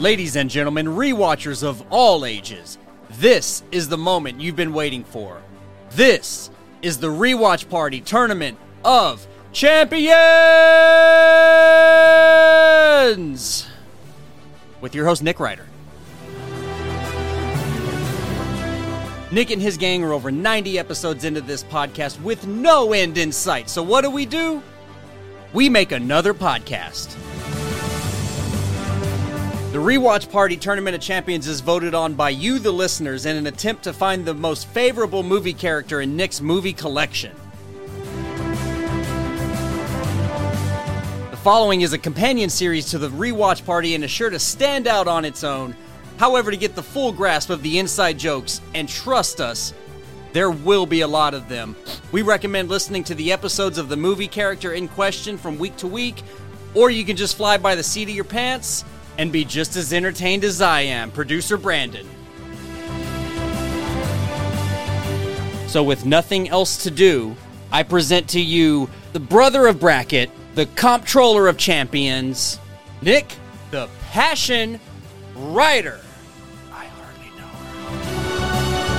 Ladies and gentlemen, rewatchers of all ages, this is the moment you've been waiting for. This is the rewatch party tournament of champions with your host Nick Ryder. Nick and his gang are over 90 episodes into this podcast with no end in sight. So what do we do? We make another podcast. The Rewatch Party Tournament of Champions is voted on by you, the listeners, in an attempt to find the most favorable movie character in Nick's movie collection. The following is a companion series to the Rewatch Party and is sure to stand out on its own. However, to get the full grasp of the inside jokes, and trust us, there will be a lot of them. We recommend listening to the episodes of the movie character in question from week to week, or you can just fly by the seat of your pants and be just as entertained as I am, producer Brandon. So, with nothing else to do, I present to you the brother of bracket, the comptroller of champions, Nick the Passion Rider. I hardly know her.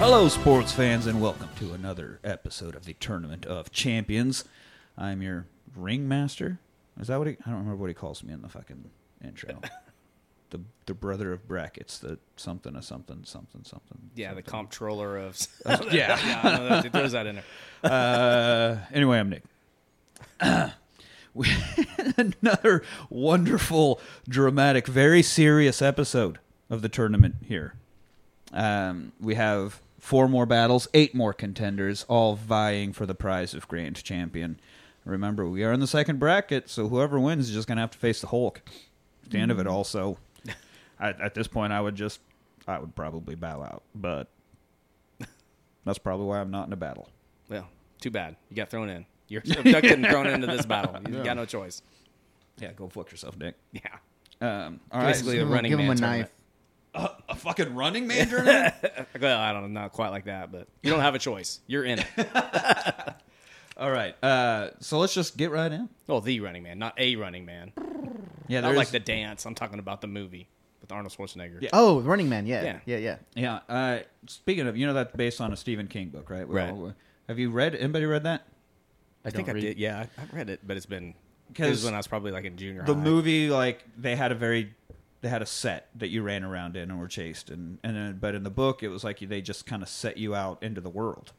Hello, sports fans, and welcome to another episode of the Tournament of Champions. I'm your ringmaster. Is that what he? I don't remember what he calls me in the fucking intro. the the brother of brackets, the something a something something something. Yeah, the something. comptroller of. yeah. yeah, I don't know, it throws that in there. Uh, anyway, I'm Nick. we another wonderful, dramatic, very serious episode of the tournament here. Um, we have four more battles, eight more contenders, all vying for the prize of grand champion. Remember, we are in the second bracket, so whoever wins is just going to have to face the Hulk. At the end of it, also, Mm-hmm. at, at this point, I would just, I would probably bow out, but that's probably why I'm not in a battle. Well, too bad. You got thrown in. You're abducted and thrown into this battle. You got no choice. Yeah, go fuck yourself, Nick. Yeah. Um, all right, Basically, so- the running give him man. a knife. tournament. a fucking running man tournament. Well, I don't know, not quite like that, but you don't have a choice. You're in it. all right, uh, so let's just get right in. Well, the running man, not a running man. Yeah, Not there's- like the dance. I'm talking about the movie with Arnold Schwarzenegger. Yeah. Oh, Running Man. Yeah, Yeah. yeah, yeah. yeah. Uh, speaking of, you know that's based on a Stephen King book, right? We're Right. all- have you read? Anybody read that? I, think I don't read- did. Yeah, I, I read it, but it's been. It 'Cause was when I was probably like in junior The high. movie, like they had a very, they had a set that you ran around in and were chased, and and then, but in the book it was like they just kind of set you out into the world.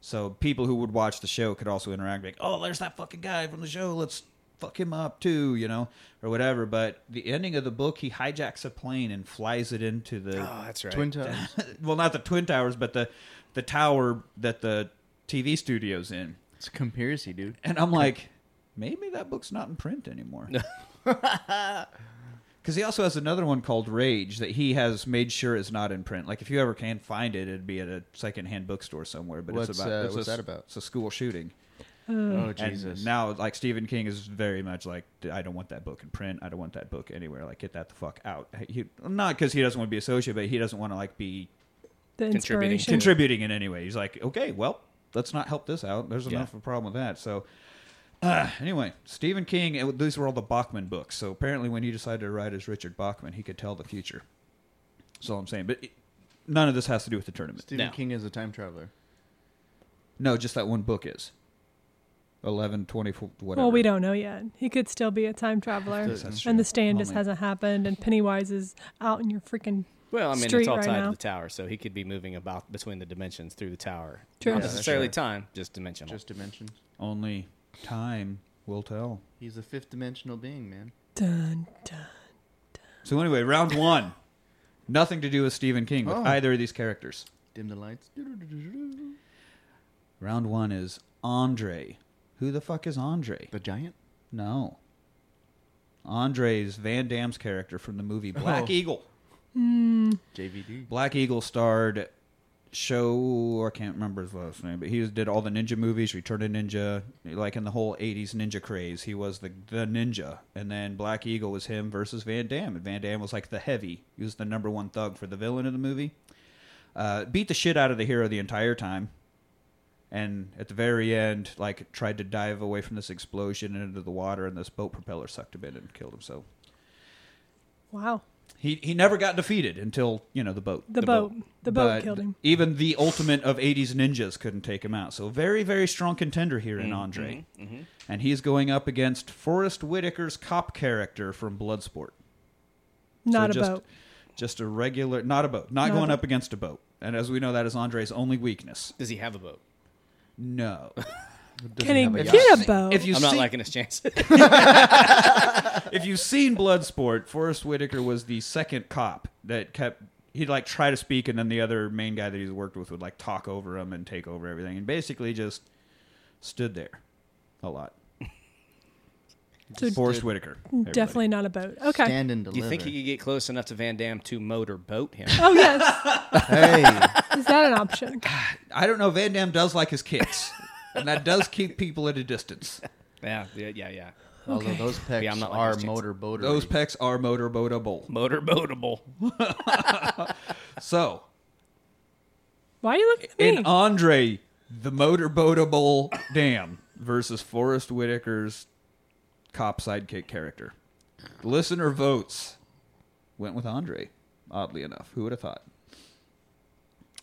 So people who would watch the show could also interact, like, oh, there's that fucking guy from the show. Let's fuck him up too, you know, or whatever. But the ending of the book, he hijacks a plane and flies it into the Oh, that's right. Twin Towers. well, not the twin towers, but the the tower that the TV studio's in. It's a conspiracy, dude. And I'm like, maybe that book's not in print anymore. Because he also has another one called Rage that he has made sure is not in print. Like if you ever can find it, it'd be at a secondhand bookstore somewhere. But it's What's, about uh, it's what's a, s- that about? It's a school shooting. Oh And Jesus! now, like Stephen King is very much like, I don't want that book in print. I don't want that book anywhere. Like, get that the fuck out. He, not because he doesn't want to be associated, but he doesn't want to like be the Contributing inspiration. contributing in any way. He's like, okay, well, let's not help this out. There's enough of a problem with that. So, uh, anyway, Stephen King, and these were all the Bachman books. So apparently, when he decided to write as Richard Bachman, he could tell the future. That's all I'm saying. But it, none of this has to do with the tournament. Stephen No. King is a time traveler. No, just that one book is. 11, 24, whatever. Well, we don't know yet. He could still be a time traveler, That's true. Oh and the stand just Only- hasn't happened. And Pennywise is out in your freaking Well, I mean, street it's all right tied now. to the tower, so he could be moving about between the dimensions through the tower. True. Not Yeah, necessarily sure. time, just dimensional. Just dimensions. Only time will tell. He's a fifth dimensional being, man. dun dun. So, anyway, round one. Nothing to do with Stephen King, with Oh. either of these characters. Dim the lights. Round one is Andre. Who the fuck is Andre? The giant. No. Andre's Van Damme's character from the movie Black Oh. Eagle. JVD. Black Eagle starred show I can't remember his last name, but he did all the ninja movies, Return to Ninja, like in the whole '80s ninja craze. He was the the ninja, and then Black Eagle was him versus Van Damme, and Van Damme was like the heavy. He was the number one thug for the villain of the movie. Uh, beat the shit out of the hero the entire time. and at the very end, like tried to dive away from this explosion and into the water, and this boat propeller sucked him in and killed him. So Wow. he he never got defeated until you know the boat. The, boat. The boat But killed him. Even the ultimate of '80s ninjas couldn't take him out. So very very strong contender here in Andre, and he's going up against Forrest Whitaker's cop character from Bloodsport. So Not a just, boat. Just a regular, not a boat. Not, Not a going boat. up against a boat. And as we know, that is Andre's only weakness. Does he have a boat? No. Can he have a get a yacht. boat? if you I'm see, not liking his chances. if you've seen Bloodsport, Forrest Whitaker was the second cop that kept. He'd like try to speak, and then the other main guy that he's worked with would like talk over him and take over everything, and basically just stood there a lot. So Forrest Whitaker, everybody. Definitely not a boat. Okay. Stand and Do deliver. you think he could get close enough to Van Damme to motorboat him? Oh yes. hey, Is that an option? I don't know. Van Damme does like his kicks, and that does keep people at a distance. yeah, yeah, yeah, yeah. although those pecs Yeah, I'm not liking are those chances. motor boater. Those pecs are motorboatable. Motorboatable. So Why are you looking at me? in Andre the motorboatable dam versus Forrest Whitaker's cop sidekick character. Listener votes went with Andre, oddly enough. Who would have thought?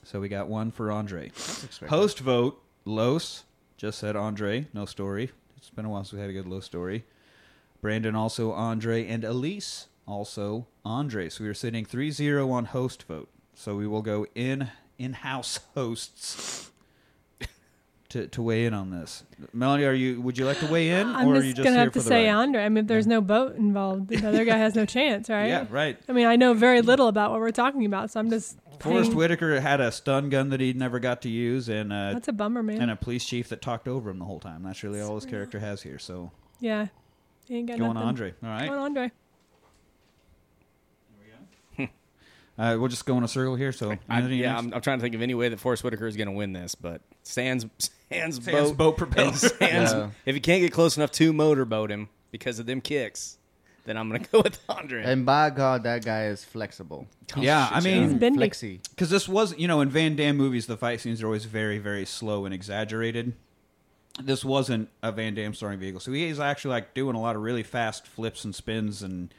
So we got one for Andre. expected. Host vote, Los just said Andre, no story. It's been a while since we had a good Los story. Brandon also Andre and Elise also Andre. So we are sitting 3-0 on host vote. So we will go in in-house hosts to, to weigh in on this. Melanie, are you would you like to weigh in I'm or are just, you just gonna here have for to the say ride? Andre. I mean, if there's no boat involved, the other guy has no chance, right? Yeah, right. I mean, I know very little about what we're talking about, so I'm just. Forrest paying- Whitaker had a stun gun that he never got to use and uh That's a bummer, man. and a police chief that talked over him the whole time. That's really all his character has here. So yeah, he ain't got go on nothing. Andre. All right. Go on, Andre. Uh, we'll just go in a circle here. So I, Anthony yeah, next. I'm, I'm trying to think of any way that Forrest Whitaker is going to win this, but Sans Sans, Sans boat, boat propels. and Sans- Yeah. If he can't get close enough to motorboat him because of them kicks, then I'm going to go with Andre. Oh, and by God, that guy is flexible. yeah, I He's mean, been- Bendy. Flexy. because this was, you know, in Van Damme movies, the fight scenes are always very, very slow and exaggerated. This wasn't a Van Damme starring vehicle, so he is actually like doing a lot of really fast flips and spins, and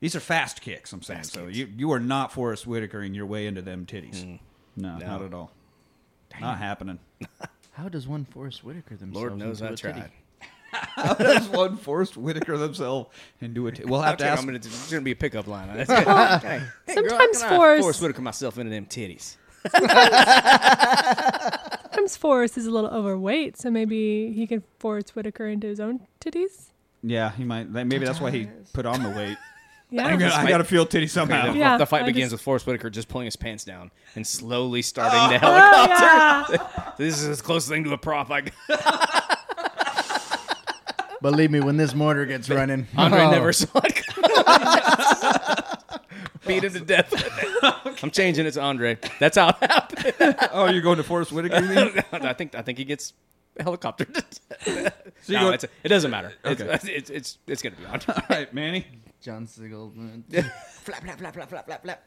these are fast kicks. I'm saying, so you you are not Forrest Whitaker in your way into them titties. Hmm. No, not at all. Not happening. How does one Forrest Whitaker themselves? Lord knows into I a titty? tried. How does one Forrest Whitaker themselves into a? T- we'll have to I'll take- ask. I'm gonna, it's gonna be a pickup line. That's good. Hey, hey, girl, how Sometimes can I Forrest- Forrest Whitaker myself into them titties. Sometimes Forrest is a little overweight, so maybe he can Forrest Whitaker into his own titties. Yeah, he might. that- Maybe that's why he put on the weight. Yeah. I gotta, I gotta feel titty somehow. The- Yeah, the fight I begins just- with Forrest Whitaker just pulling his pants down and slowly starting to help. Oh, yeah. This is as close thing to a prop I got. Believe me, when this mortar gets running, Andre oh, never saw it. Beat him to death. I'm changing it to Andre. That's how it happened. Oh, you're going to Forrest Whitaker? You mean? I think I think he gets helicoptered. So you no, go- it's, it doesn't matter. It's, Okay. it's, it's, it's, gonna be Andre. all right, Manny. John Sigel. flap, flap, flap, flap, flap, flap, flap.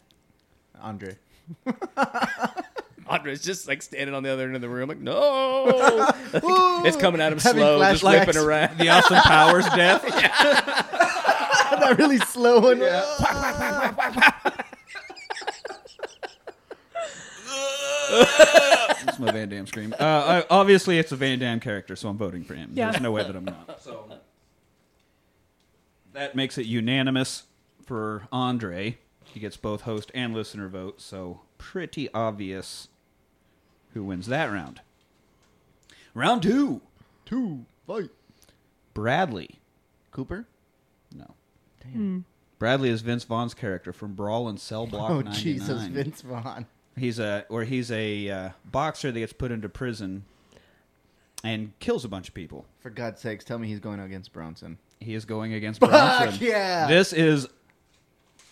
Andre. Andre's just like standing on the other end of the room, like no. it's coming at him Having slow, just flashbacks. whipping around. The Austin Powers death. that really slow one. That's my Van Damme scream. Uh, I, obviously, it's a Van Damme character, so I'm voting for him. Yeah. There's no way that I'm not. So that makes it unanimous for Andre. He gets both host and listener votes, so pretty obvious who wins that round. Round two. Two. Fight. Bradley. Cooper. No. Damn. Bradley is Vince Vaughn's character from Brawl and Cell Block Oh 99. Jesus, Vince Vaughn. He's a or he's a uh, boxer that gets put into prison and kills a bunch of people. For God's sakes, tell me he's going against Bronson. He is going against Bronson. yeah. This is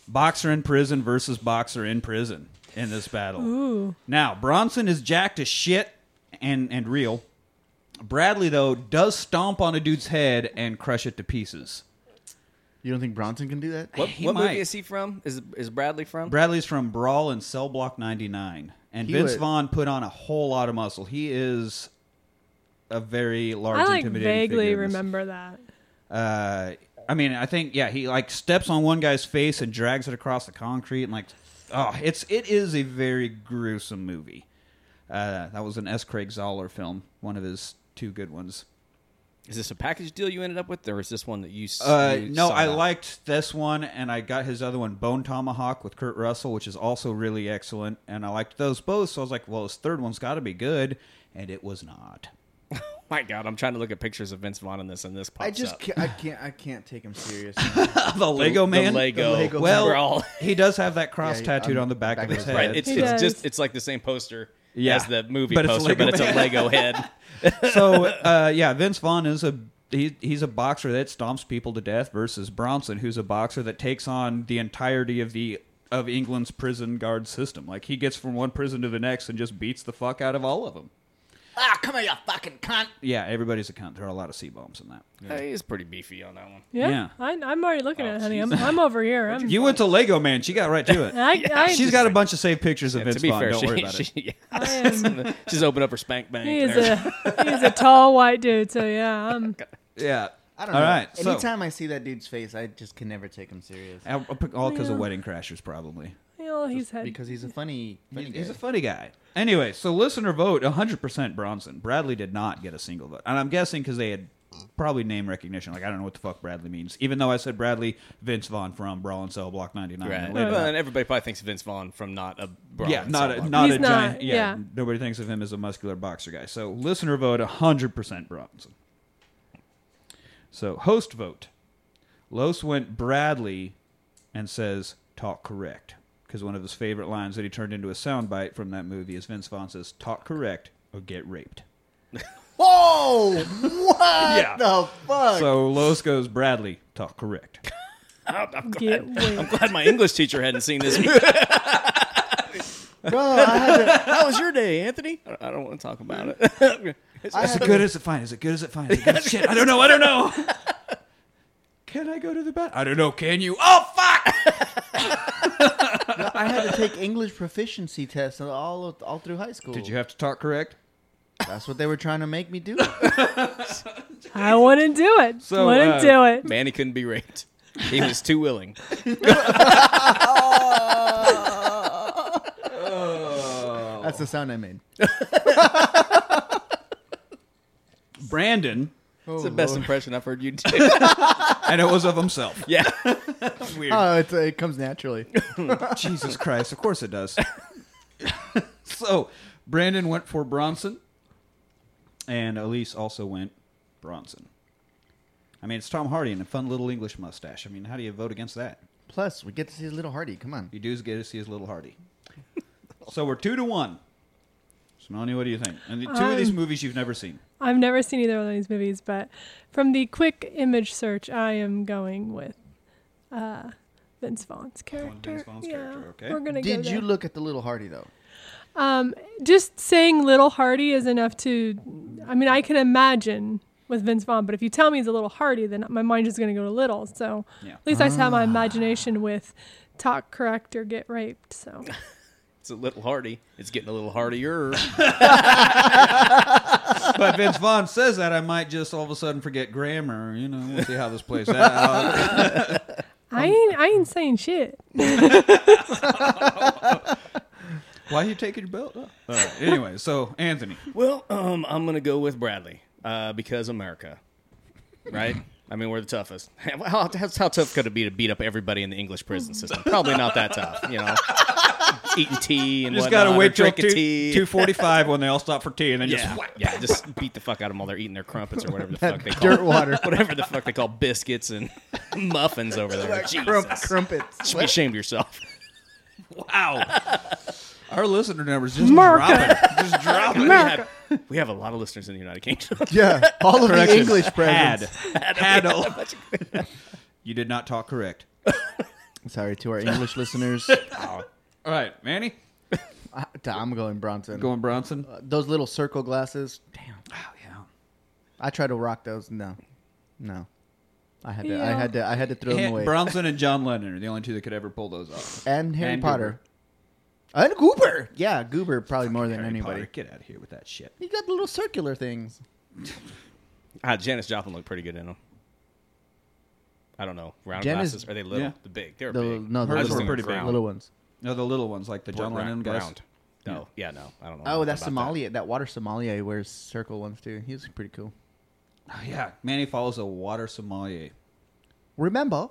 boxer in prison versus boxer in prison in this battle. Ooh. Now Bronson is jacked as shit and and real. Bradley though does stomp on a dude's head and crush it to pieces. You don't think Bronson can do that? What, He what might. movie is he from? Is is Bradley from? Bradley's from Brawl and Cell Block 99. And He Vince would- Vaughn put on a whole lot of muscle. He is a very large. I like intimidating vaguely figure in this. remember that. Uh, I mean, I think yeah, he like steps on one guy's face and drags it across the concrete and like, oh, it's it is a very gruesome movie. Uh, that was an S. Craig Zoller film, one of his two good ones. Is this a package deal you ended up with, or is this one that you? s- Uh, you no, sought I out? liked this one, and I got his other one, Bone Tomahawk, with Kurt Russell, which is also really excellent. And I liked those both, so I was like, well, his third one's got to be good, and it was not. My God, I'm trying to look at pictures of Vince Vaughn in this, and this pops I just up. can't, I can't I can't take him serious. now. the Lego Man. the Lego. The Lego Well, We're all- he does have that cross Yeah, tattooed on on the back, of his head. right. It's, He it's does. just it's like the same poster Yeah. as the movie But it's a poster, but Lego it's a man. Lego head. so uh, yeah, Vince Vaughn is a he, he's a boxer that stomps people to death versus Bronson, who's a boxer that takes on the entirety of the of England's prison guard system. Like he gets from one prison to the next and just beats the fuck out of all of them. ah, come here, you fucking cunt! Yeah, everybody's a cunt. There are a lot of C bombs in that. Uh, he's pretty beefy on that one. Yeah, Yeah. Oh, I, I'm already looking at it, honey. I'm, I'm over here. I'm, You went to Lego Man. She got right to it. I, I, She's got a bunch of saved pictures of And Vince to be Vaughn. fair, Don't she, worry about it. she- yeah. I am, she's opened up her spank bank. he is there. a he's a tall white dude. So yeah, I'm, Yeah. I don't All know. right, so- Anytime I see that dude's face, I just can never take him serious All all because Yeah. of Wedding Crashers, probably. you know, he's had because he's a funny, funny He's guy. a funny guy. Anyway, so listener vote 100% Bronson. Bradley did not get a single vote. And I'm guessing because they had probably name recognition. Like, I don't know what the fuck Bradley means. Even though I said Bradley, Vince Vaughn from Brawl and Cell Block 99. Right. Wait a Well, minute. and everybody probably thinks Vince Vaughn from not a Brawl Yeah, and not Soul a, Block. not a He's not, giant. yeah, yeah. nobody thinks of him as a muscular boxer guy. So listener vote 100% Bronson. So host vote. Los went Bradley and says, talk correct. Because one of his favorite lines that he turned into a soundbite from that movie is Vince Vaughn says, talk correct or get raped. Whoa! What Yeah. the fuck? So Los goes, Bradley, talk correct. get weird. Glad my English teacher hadn't seen this. Bro, I had to, How was your day, Anthony? I- I don't want to talk about it. I As had to- good as it fine. Is it good as it fine? Is it good as shit? I don't know. I don't know. Can I go to the bath? I don't know. Can you? Oh, fuck! I had to take English proficiency tests all of- all through high school. Did you have to talk correct? That's what they were trying to make me do. I wouldn't do it. So, wouldn't uh, do it. Manny couldn't be raped. He was too willing. That's the sound I made. Brandon, Oh, It's the best Lord. impression I've heard you do. and it was of himself. Yeah. Oh, it's, it comes naturally. Uh, Jesus Christ! Of course it does. so, Brandon went for Bronson, and Elise also went Bronson. I mean, it's Tom Hardy and a fun little English mustache. I mean, how do you vote against that? Plus, we get to see Little Hardy. Come on. You do get to see his little Hardy. so we're two to one. Sonani, what do you think? And the, two of these Um, movies you've never seen. I've never seen either one of these movies, but from the quick image search, I am going with uh, Vince Vaughn's character. Vaughn's yeah, character, okay. we're gonna go Did you there. look at the Little Hardy though? Um, just saying "Little Hardy" is enough to. I mean, I can imagine with Vince Vaughn, but if you tell me he's a little hardy, then my mind is going to go to little. So Yeah. at least I just have Ah. my imagination with talk correct or get raped. It's So a little hardy. It's getting a little hardier. But Vince Vaughn says that I might just all of a sudden forget grammar. You know, we'll see how this plays out. I ain't, I ain't saying shit. Why you taking your belt off? All right, anyway, so Anthony, Well, um, I'm gonna go with Bradley uh, because America, right? I mean, we're the toughest. How, how, how tough could it be to beat up everybody in the English prison system? Probably not that tough, you know. Eating tea and just whatnot, gotta or wait till drinking tea. two forty-five when they all stop for tea, and then yeah, just whack. yeah, just beat the fuck out of them while they're eating their crumpets or whatever the fuck they call Dirt water. whatever the fuck they call biscuits and muffins over there. Jesus, Crump, you crumpets. should be ashamed of yourself. Wow, our listener numbers just America. dropping, just dropping. America. We have, we have a lot of listeners in the United Kingdom. Yeah, all of the Correction. English had, presence. had, all- You did not talk correct. Sorry to our English listeners. All right, Manny. I- I'm going Bronson. Going Bronson. Those little circle glasses. Damn. Oh yeah. I tried to rock those. No, no. I had to. I Yeah. had to. I had to throw them away. Bronson and John Lennon are the only two that could ever pull those off. and Harry And Potter. And Goober. Yeah, Goober probably more than Harry anybody. Potter, get out of here with that shit. You got the little circular things. Ah, Janis Joplin looked pretty good in them. I don't know. Round Janis- glasses? Are they little? yeah. The big? They're The, big. no, Hers the I were just little, think pretty it's big. round. little ones. No, the little ones like the John Round- Lennon guys. round. No, yeah, no, I don't know. Oh, that's about that. Somalia. That. water Somalia wears circle ones too. He's pretty cool. Oh, Yeah, Manny follows a water sommelier. Remember,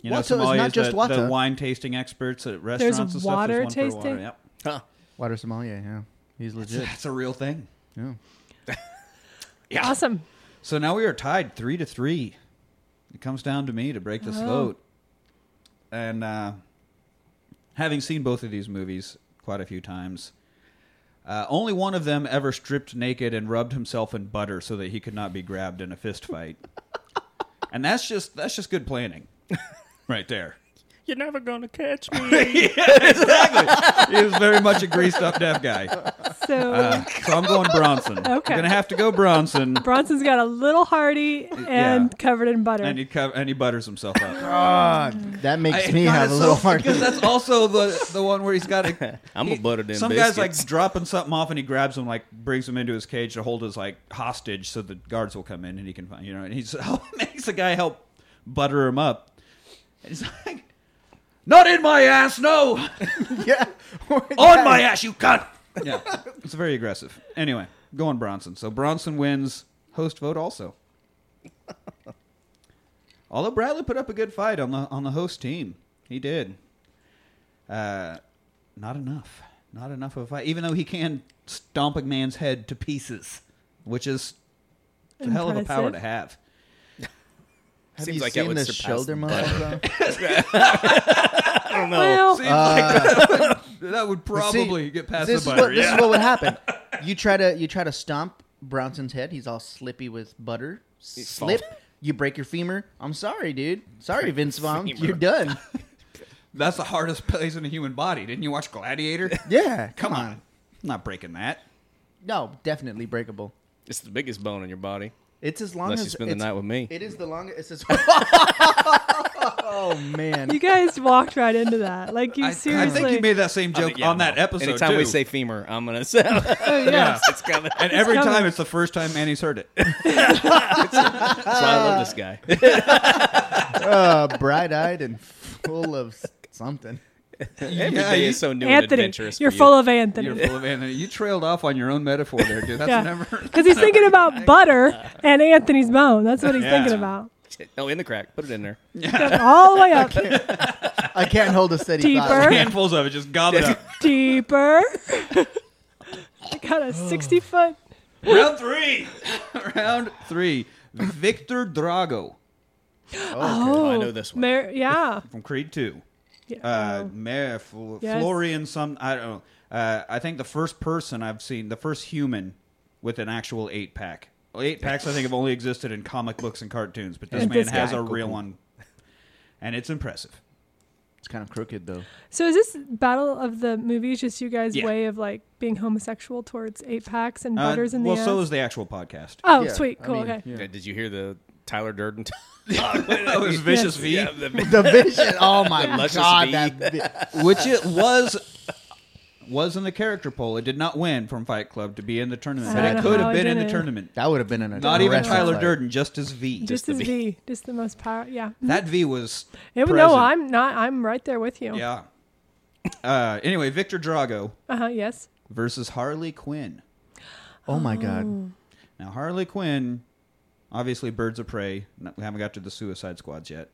You know, water is sommeliers, not just the, water. the wine tasting experts at restaurants and stuff. water There's one for tasting? Yep. Huh. water Somalia. Yeah, he's legit. That's a real thing. Yeah. Yeah. Awesome. So now we are tied three to three. It comes down to me to break this vote. And uh, having seen both of these movies quite a few times, uh, only one of them ever stripped naked and rubbed himself in butter so that he could not be grabbed in a fist fight. and that's just that's just good planning, right there. You're never gonna catch me. He was very much a greased up deaf guy. So Uh, so I'm going Bronson. Okay. I'm gonna have to go Bronson. Bronson's got a little hardy and covered in butter. And he, co- and he butters himself up. That makes I- me God, have it's a little so, hard. because that's also the the one where he's got a. I'm a butter them Some guy's biscuits. like dropping something off, and he grabs him, like brings him into his cage to hold his like hostage, so the guards will come in and he can find you know. And he's makes the guy help butter him up. And he's like, "Not in my ass, no, yeah. on my ass, you cunt." Yeah, it's very aggressive. Anyway, going Bronson. So Bronson wins host vote also. Although Bradley put up a good fight on the on the host team, he did. Uh, not enough, not enough of a fight. Even though he can stomp a man's head to pieces, which is a hell of a power Impressive. to have. Have Seems you like that seen would the surpass shoulder the muscles? though? I don't know. well, Seems like that would, that would But see, probably get past this the Is butter. what, This is what would happen. You try to you try to stomp Bronson's head. He's all slippy with butter. Slip. You break your femur. I'm sorry, dude. Sorry, Vince Vaughn. femur. You're done. That's the hardest place in the human body. Didn't you watch Gladiator? Yeah. Come on, I'm not breaking that. No, definitely breakable. It's the biggest bone in your body. It's as long Unless as you spend the it's- night with me. It is the longest. It's oh man. you guys walked right into that. Like you I, I seriously. think you made that same joke But yeah, on that no. episode. Anytime too. we say femur, I'm gonna say oh, yeah. it's coming. and every coming. time it's the first time Manny's heard it. That's why I love this guy. Uh, bright-eyed and full of s- something. Every Yeah, day you- is so new and Anthony, adventurous. you're for full you. of Anthony. You're full of Anthony. You trailed off on your own metaphor there, dude. That's Yeah. never. Because he's thinking about butter and Anthony's bone. That's what he's thinking about. Oh, in the crack. Put it in there. All the way up. I can't hold a steady Deeper. thought. Handfuls of it, just gobbled up. Deeper. I got a 60 foot. Round three. Round three. Victor Drago Oh, Oh, I know this one. Mar- yeah. from Creed Two. Yeah. Uh, Mayor Fl- Yes. Florian. Some I don't know. Uh, I think the first person I've seen, the first human with an actual eight pack. Eight packs, I think, have only existed in comic books and cartoons, but this And man this has guy. a real one, and it's impressive. It's kind of crooked though. So is this battle of the movies just you guys' Yeah. way of like being homosexual towards eight packs and Uh, butters in the well, ass? so is the actual podcast. oh, Yeah, sweet, I cool, mean, okay. yeah. Did you hear the Tyler Durden? That was vicious Yes. V, The vision. Oh my Luscious god. V. That, vi- which it was was in the character poll. It did not win from Fight Club to be in the tournament, I but it don't could know have how been I in the did it. tournament. that would have been an Not even aggressive Tyler fight. Durden, just as V. Just, the as V. V, just the most power. Yeah. that V was. It- present. no, I'm not. I'm right there with you. Yeah. Uh, anyway, Victor Drago Uh huh. Yes. versus Harley Quinn. Oh my god. Now Harley Quinn, obviously Birds of Prey. no- We haven't got to the Suicide Squads yet.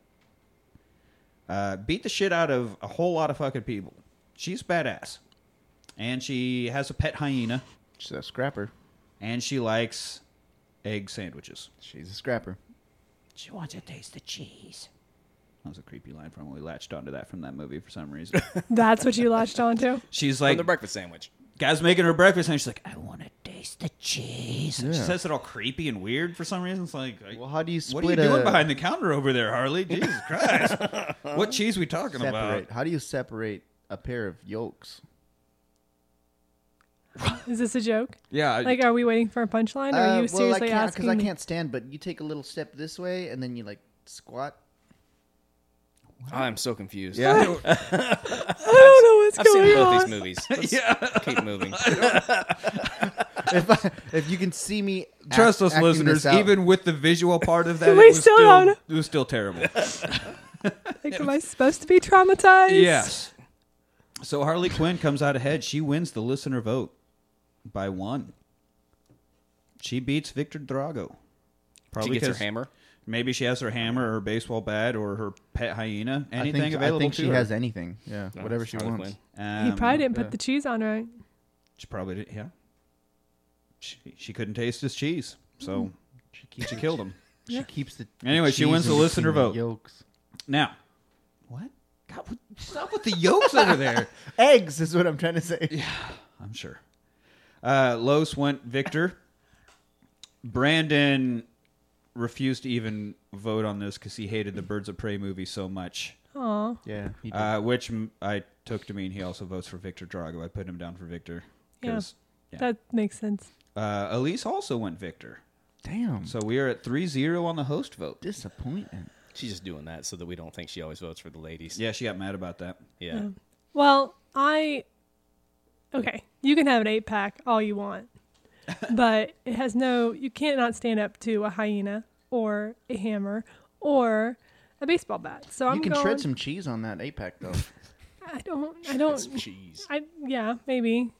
Uh, beat the shit out of a whole lot of fucking people. She's badass, and she has a pet hyena, She's a scrapper. and she likes egg sandwiches. She's a scrapper. She wants to taste the cheese. That was a creepy line from. We latched onto that from that movie for some reason. That's what you latched onto. She's On like, the breakfast sandwich. guy's making her breakfast, and she's like, I want to taste the cheese. And She says it all creepy and weird for some reason. It's like, Well, how do you what split are you doing a behind the counter over there, Harley? Jesus Christ! what cheese we talking separate? about? How do you separate a pair of yolks? Is this a joke? Yeah, Like, are we waiting for a punchline? Or are Uh, well, you I seriously can't asking I me? can't stand. But you take a little step this way, and then you like squat. I'm so confused. Yeah. I don't know Oh, what's I've going seen on. both these movies. Let's yeah. keep moving. if, I, if you can see me, act- Trust us, acting this listeners. out. Even with the visual part of that, it We was still still, don't- it was still terrible. Like, am I supposed to be traumatized? yes. So Harley Quinn comes out ahead. She wins the listener vote by one. She beats Victor Drago. She Probably gets her 'cause hammer. Maybe she has her hammer or her baseball bat or her pet hyena. I Anything think, available I think to she her. has anything. Yeah, whatever she Harley wants. Quinn. Um, He probably didn't put the cheese on right. She probably did. Yeah. She, she couldn't taste his cheese, Hmm. so she, killed him. She keeps the. Anyway, she cheese wins in the between listener the vote. Yolks. Now, what? God, what, stop with the yolks over there. Eggs is what I'm trying to say. I'm sure. Uh, Los went Victor. Brandon refused to even vote on this because he hated the Birds of Prey movie so much, Aw. Yeah, he did. uh, which m- I took to mean he also votes for Victor Drago. I put him down for Victor. 'cause- Yeah. That makes sense. Uh, Elise also went Victor. damn So we are at 3 0 on the host vote. disappointment. She's just doing that so that we don't think she always votes for the ladies. Yeah, she got mad about that. Yeah. Well, I okay. You can have an eight pack all you want, but it has no. You can't not stand up to a hyena or a hammer or a baseball bat. So I'm you can going. shred some cheese on that E eight pack though. I don't. I don't. Jeez. I yeah. Maybe.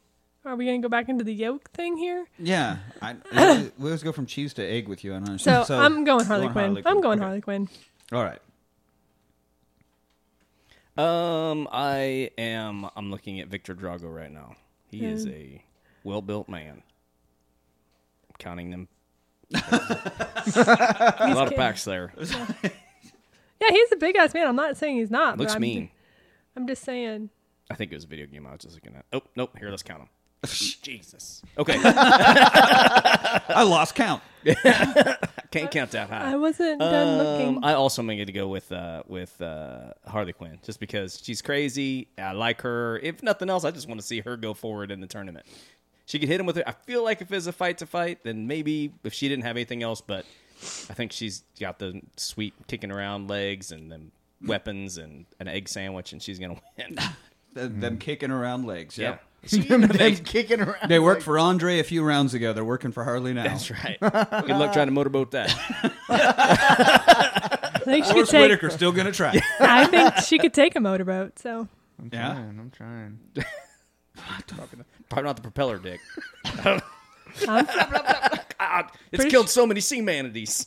Are we gonna go back into the yolk thing here? Yeah. I, we always go from cheese to egg with you. I don't So, understand. I'm going Harley Quinn. I'm going Okay. Harley Quinn. All right. Um, I am. I'm looking at Victor Drago right now. He is a well-built man. I'm counting them. a lot of packs there. Yeah, he's a big ass man. I'm not saying he's not. Looks but I'm, mean. I'm just saying. I think it was a video game I was just looking at. Oh nope. Here, let's count them. Jesus. Okay, I lost count. can't count that high. I wasn't done Um, looking. I also am going to go with uh, with uh, Harley Quinn just because she's crazy. I like her. If nothing else, I just want to see her go forward in the tournament. She could hit him with it. I feel like if it's a fight to fight, then maybe if she didn't have anything else, but I think she's got the sweet kicking around legs and then weapons and an egg sandwich, and she's going to win. Th- Hmm. Them kicking around legs. Yeah. Them kicking around. They worked for Andre a few rounds ago. They're working for Harley now. That's right. Good luck trying to motorboat that. I think she could Forrest take. Whitaker's still going to try. I think she could take a motorboat. So I'm Yeah. trying. I'm trying. Probably not the propeller dick. I'm, God, it's Pretty killed su- so many sea manatees.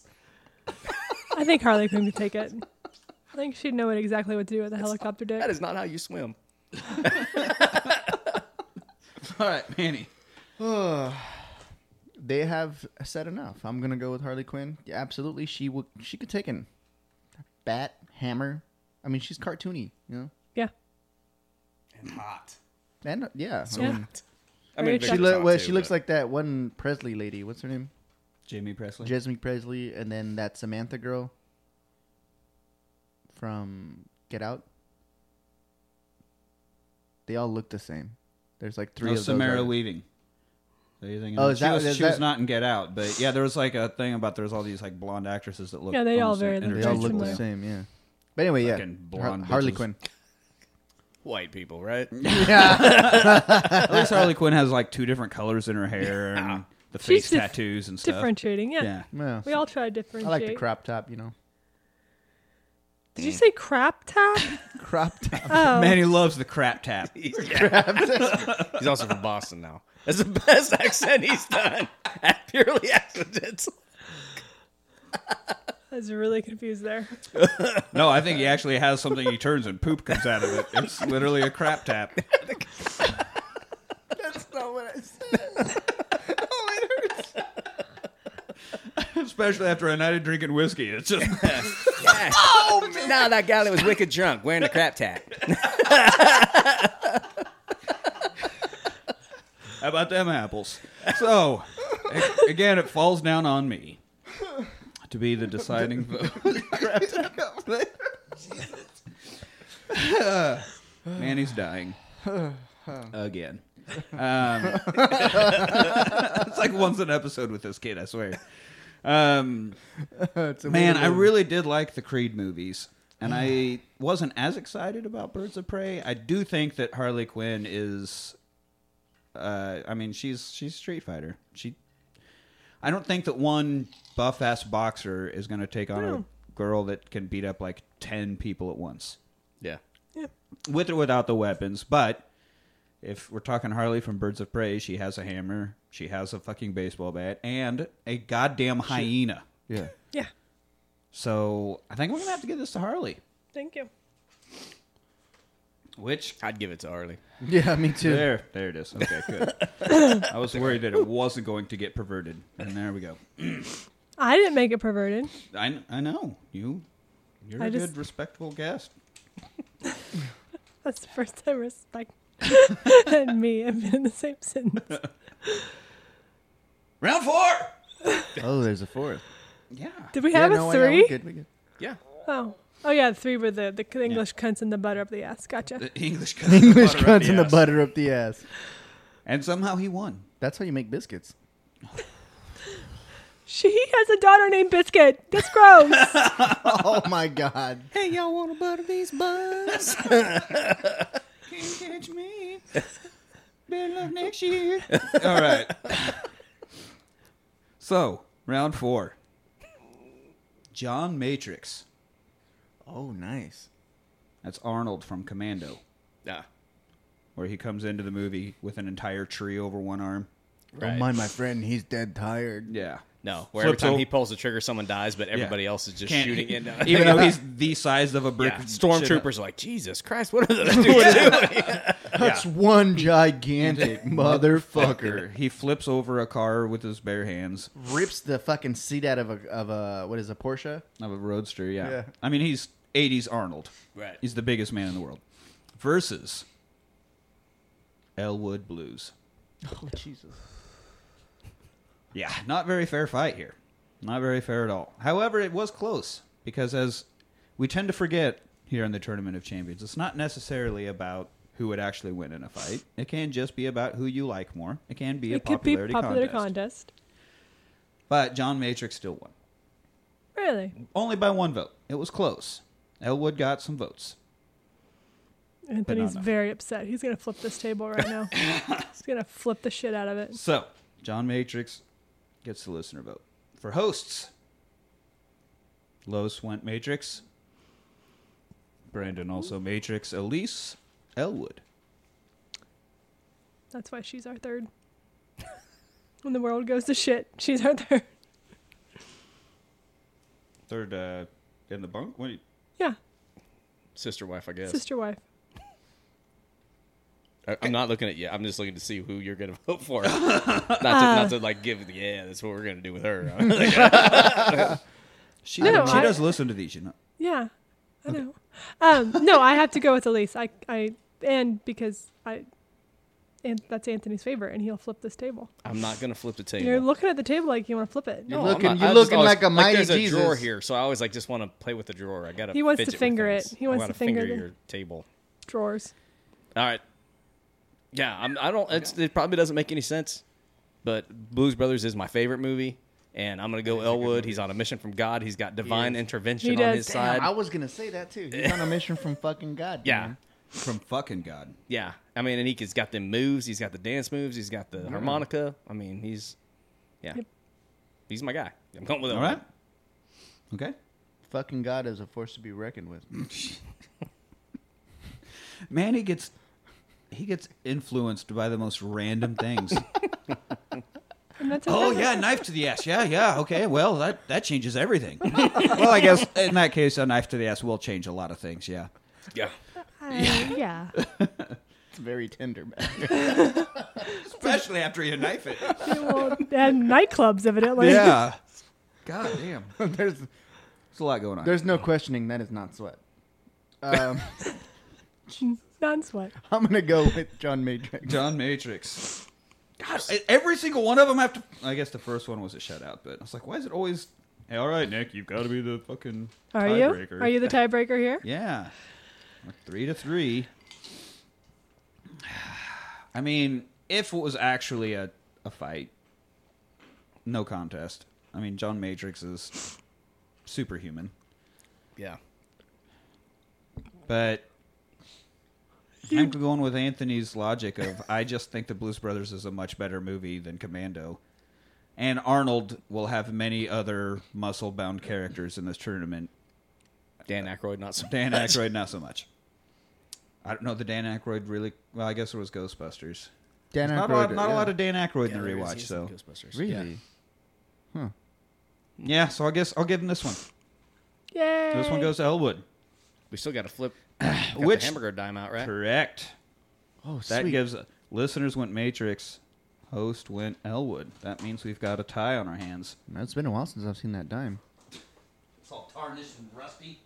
I think Harley Quinn could take it. I think she'd know what exactly what to do with a helicopter dick. That is not how you swim. All right, Manny. They have said enough. I'm gonna go with Harley Quinn. Yeah, absolutely, she would. She could take an bat, hammer. I mean, she's cartoony, you know. yeah. And uh, yeah, I I mean, Yeah. Very mean, attractive. she, Victor's lo- hot well, too, she looks but- like that one Presley lady. What's her name? Jamie Presley. Jasmine Presley, and then that Samantha girl from Get Out. They all look the same. There's like three no, of those. Oh, Samara already. Weaving. Are you thinking Oh, of- is she that- was, is she was that- not in Get Out, but yeah, there was like a thing about there's all these like blonde actresses that look. Yeah, they all almost very- They all Very look the similar. same, yeah. But anyway, yeah. Fucking Har- blonde Harley bitches. Quinn. white people, right? At least Harley Quinn has like two different colors in her hair and the face Uh, She's dif- tattoos and stuff. Differentiating. Yeah. Yeah. Yeah. We all try to differentiate. I like the crop top, you know. Did you say crap tap? Crop top. Oh. Manny loves the crap tap. He's also from Boston now. That's the best accent he's done. Purely accidental. I was really confused there. No, I think he actually has something he turns and poop comes out of it. It's literally a crap tap. That's not what I said. Oh, Especially after a night of drinking whiskey. It's just Oh, man. Now that guy that was wicked drunk wearing the crap tag. How about them apples? So, a- again, it falls down on me to be the deciding vote. Manny's dying again. Um, it's like once an episode with this kid, I swear. Um, It's a man, weird I one. really did like the Creed movies. and I wasn't as excited about Birds of Prey. I do think that Harley Quinn is, uh, I mean, she's she's Street Fighter. She, I don't think that one buff ass boxer is going to take on No. a girl that can beat up like ten people at once, Yeah. with or without the weapons. But if we're talking Harley from Birds of Prey, she has a hammer, she has a fucking baseball bat, and a goddamn hyena. Yeah. Yeah. So I think we're gonna have to give this to Harley. Thank you. Which I'd give it to Harley. Yeah, me too. There, there it is. Okay, good. I was worried that it wasn't going to get perverted, and there we go. I didn't make it perverted. I, I know you. You're a I just- good, respectful guest. That's the first time respect and me have been in the same sentence. Round four. Oh, there's a fourth. Yeah. Did we have a three? good, we good. Yeah. Oh. Oh yeah, the three were the, the c- English cunts and the butter up the ass. Gotcha. The English cunt. English butter up cuts and the ass. butter up the ass. And somehow he won. That's how you make biscuits. She has a daughter named Biscuit. That's gross. Oh my god. Hey, y'all want to butter these buns? Can't catch me. Better luck next year. All right. So round four. John Matrix. Oh, nice. That's Arnold from Commando, Yeah. where he comes into the movie with an entire tree over one arm. Right. Don't mind my friend. He's dead tired. Yeah. no, where every Flipsel. time he pulls the trigger, someone dies, but everybody else is just shooting it. No. Even though he's the size of a brick. Yeah. shit up. Stormtroopers are like, Jesus Christ, what are those dudes doing? That's one gigantic motherfucker. He flips over a car with his bare hands Rips the fucking seat out of a of a what is a Porsche? of a roadster. Yeah. Yeah. I mean, he's 80s Arnold. Right. He's the biggest man in the world. Versus Elwood Blues. Oh Jesus. Yeah, not very fair fight here. Not very fair at all. However, it was close because as we tend to forget here in the Tournament of Champions, it's not necessarily about who would actually win in a fight. It can just be about who you like more. It can be a it could be popularity popular contest. contest. But John Matrix still won. Really? Only by one vote. It was close. Elwood got some votes. Anthony's enough. very upset. He's gonna flip this table right now. He's gonna flip the shit out of it. So, John Matrix gets the listener vote. For hosts, Lois went Matrix. Brandon also Matrix. Elise Elwood. That's why she's our third. when the world goes to shit, she's our third. Third uh, in the bunk? What do you- Yeah, Sister wife, I guess. sister wife. I- I'm not looking at you. I'm just looking to see who you're going to vote for. not, to, Uh. not to like give. Yeah, that's what we're going to do with her. She, No, she I- does listen to these, you know. Yeah, I know. Um, no, I have to go with Elise. I, I, and because I, and that's Anthony's favorite, and he'll flip this table. I'm not going to flip the table. You're looking at the table like you want to flip it. You're No, I'm looking- not. I you're just looking always- like a mighty there's Jesus. a drawer here, so I always like just want to play with the drawer. I got to. He wants to finger it. He wants to finger finger the- your table. Drawers. All right. Yeah, I'm, I don't. It's, it probably doesn't make any sense, but Blues Brothers is my favorite movie, and I'm gonna go Elwood. He's on a mission from God. He's got divine intervention He on does. his Damn, side. I was gonna say that too. He's on a mission from fucking God. yeah, man. From fucking God. yeah. I mean, and he's got them moves. He's got the dance moves. He's got the harmonica. I mean, he's yeah. Yep. He's my guy. I'm going with All Elwood. right. Okay. Fucking God is a force to be reckoned with. Man, he gets he gets influenced by the most random things. And that's oh okay. yeah, knife to the ass. Yeah, yeah. Okay. Well, that that changes everything. well, I guess in that case, a knife to the ass will change a lot of things. Yeah. Yeah. Uh, yeah. It's very tender. man. Especially after you knife it. well, and nightclubs evidently. Yeah. God damn. there's There's a lot going on. there's no questioning that is not sweat. Um, Non-sweat. I'm gonna go with John Matrix. John Matrix. God, I- every single one of them have to. I guess the first one was a shutout, but I was like, why is it always? Hey, all right, Nick, you've got to be the fucking Are you? tiebreaker." Are you the tiebreaker here? Yeah. Three to three. I mean, if it was actually a, a fight, no contest. I mean, John Matrix is superhuman. Yeah. But I'm going with Anthony's logic of I just think the Blues Brothers is a much better movie than Commando. And Arnold will have many other muscle bound characters in this tournament. Dan Aykroyd, not so Dan Aykroyd, not so much. I don't know the Dan Aykroyd really. Well, I guess it was Ghostbusters. Dan not a Aykroyd, lot, not a lot yeah. of Dan Aykroyd in the there is. rewatch, He's so in Ghostbusters. Really? yeah. So I guess I'll give him this one. Yay. This one goes to Elwood. We still got to flip got Which- the hamburger dime out, right? Correct. Oh, That sweet. gives uh, listeners went Matrix, host went Elwood. That means we've got a tie on our hands. No, it's been a while since I've seen that dime. It's all tarnished and rusty.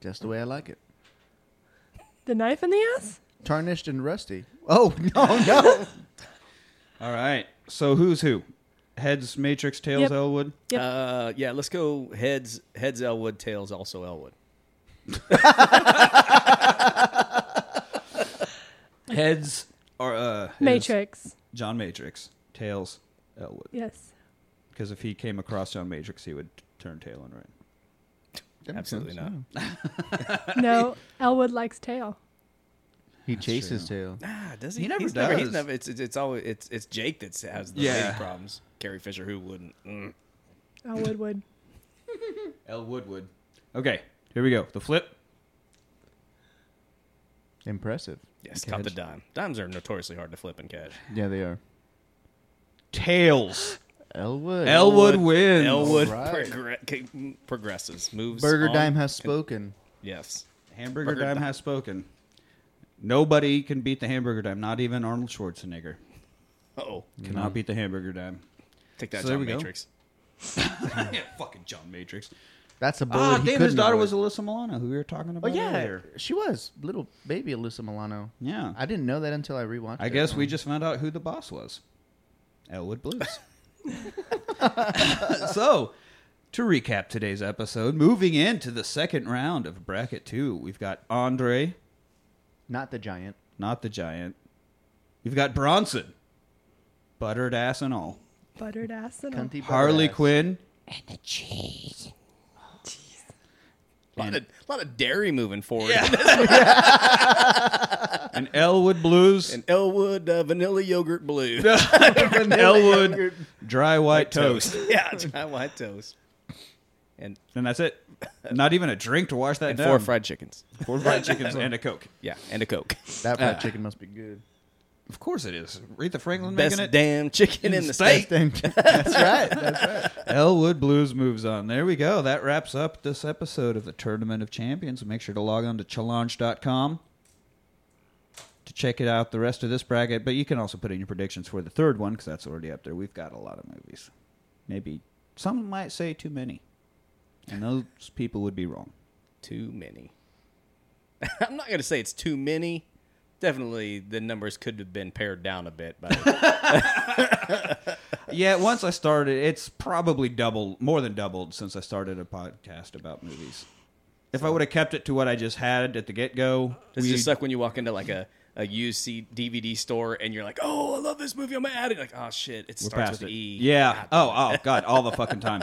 Just the way I like it. The knife in the ass? Tarnished and rusty. Oh no, no. All right. So who's who? Heads Matrix, tails Yep. Elwood. Yep. Uh, yeah, let's go heads heads Elwood, tails also Elwood. Heads are uh, is Matrix. John Matrix, tails Elwood. Yes. Because if he came across John Matrix, he would turn tail and right. Absolutely not. No, Elwood likes tail. He chases tail. Ah, does he? He never he's Never, he's does. never, it's, it's it's always it's it's Jake that has the Yeah. big problems. Carrie Fisher, who wouldn't? Mm. Elwood would. Elwood would. Okay. Here we go. The flip. Impressive. Yes, caught the Catch. dime. Dimes are notoriously hard to flip and catch. Yeah, they are. Tails. Elwood. Elwood wins. Elwood Alright. progre- progresses, moves. Burger on. Dime has spoken. Yes. Hamburger Burger Dime Dime. has spoken. Nobody can beat the Hamburger Dime, not even Arnold Schwarzenegger. Oh, Cannot beat the Hamburger Dime. take that, So there John we go. Matrix. yeah, fucking John Matrix. That's a bullet. Ah, he damn, his couldn't daughter was avoid. Alyssa Milano, who we were talking Oh about yeah, earlier. she was little baby Alyssa Milano. Yeah. I didn't know that until I rewatched. I it. guess we just found out who the boss was. Elwood Blues. so, to recap today's episode, moving into the second round of bracket two, we've got Andre, not the giant. not the giant. We've got Bronson, buttered ass and all. Buttered ass and all. Cunty Harley badass. Quinn. A lot, of, lot of dairy moving forward. and Elwood Blues. and Elwood uh, vanilla yogurt blue. Elwood dry white toast. yeah, dry white toast. And And that's it. Not even a drink to wash that and down. four fried chickens. Four fried chickens and a Coke. Yeah, and a Coke. That fried chicken must be good. Of course it is. Aretha Franklin Best making it. damn chicken in the state. That's right. That's right. Elwood Blues moves on. There we go. That wraps up this episode of the Tournament of Champions. Make sure to log on to challenge.com to check it out the rest of this bracket. But you can also put in your predictions for the third one because that's already up there. We've got a lot of movies. Maybe some might say too many. And those people would be wrong. Too many. I'm not going to say it's too many. Definitely, the numbers could have been pared down a bit, but Yeah, once I started, it's probably doubled, more than doubled since I started a podcast about movies. If I would have kept it to what I just had at the get go, does it just suck when you walk into like a, a UC DVD store and you're like, "Oh, I love this movie. I'm gonna add it." Like, oh shit, it we're starts past with it. E. Yeah. Oh, oh, God, all the fucking time.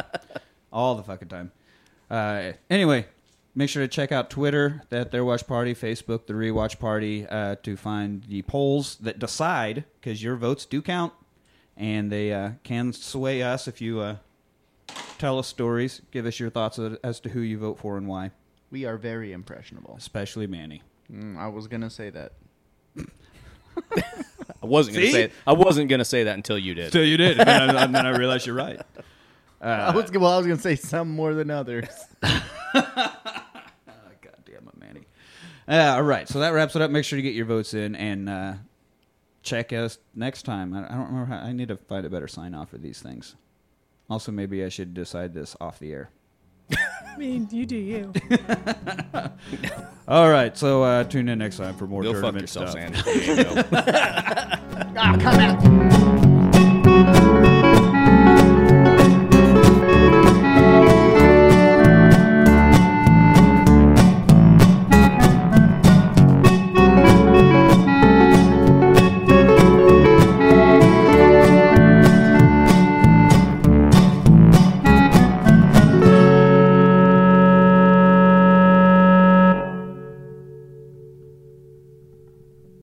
all the fucking time. Uh, anyway, make sure to check out Twitter, that Their Watch Party, Facebook, The Rewatch Party, uh, to find the polls that decide, because your votes do count, and they uh, can sway us if you uh, tell us stories, give us your thoughts as to who you vote for and why. We are very impressionable. especially Manny. Mm, I was gonna say that. I wasn't gonna See? say it. I wasn't gonna say that until you did. So you did, and then I, and then I realized you're right. I was well. I was gonna say some more than others. God damn it, Manny. Uh, all right, so that wraps it up. Make sure you get your votes in and uh, check us next time. I, I don't remember how. I need to find a better sign off for these things. Also, maybe I should decide this off the air. I mean, you do you. All right, so uh, tune in next time for more Go fuck tournament yourself, stuff. Sandy. There you go. Ah, come out.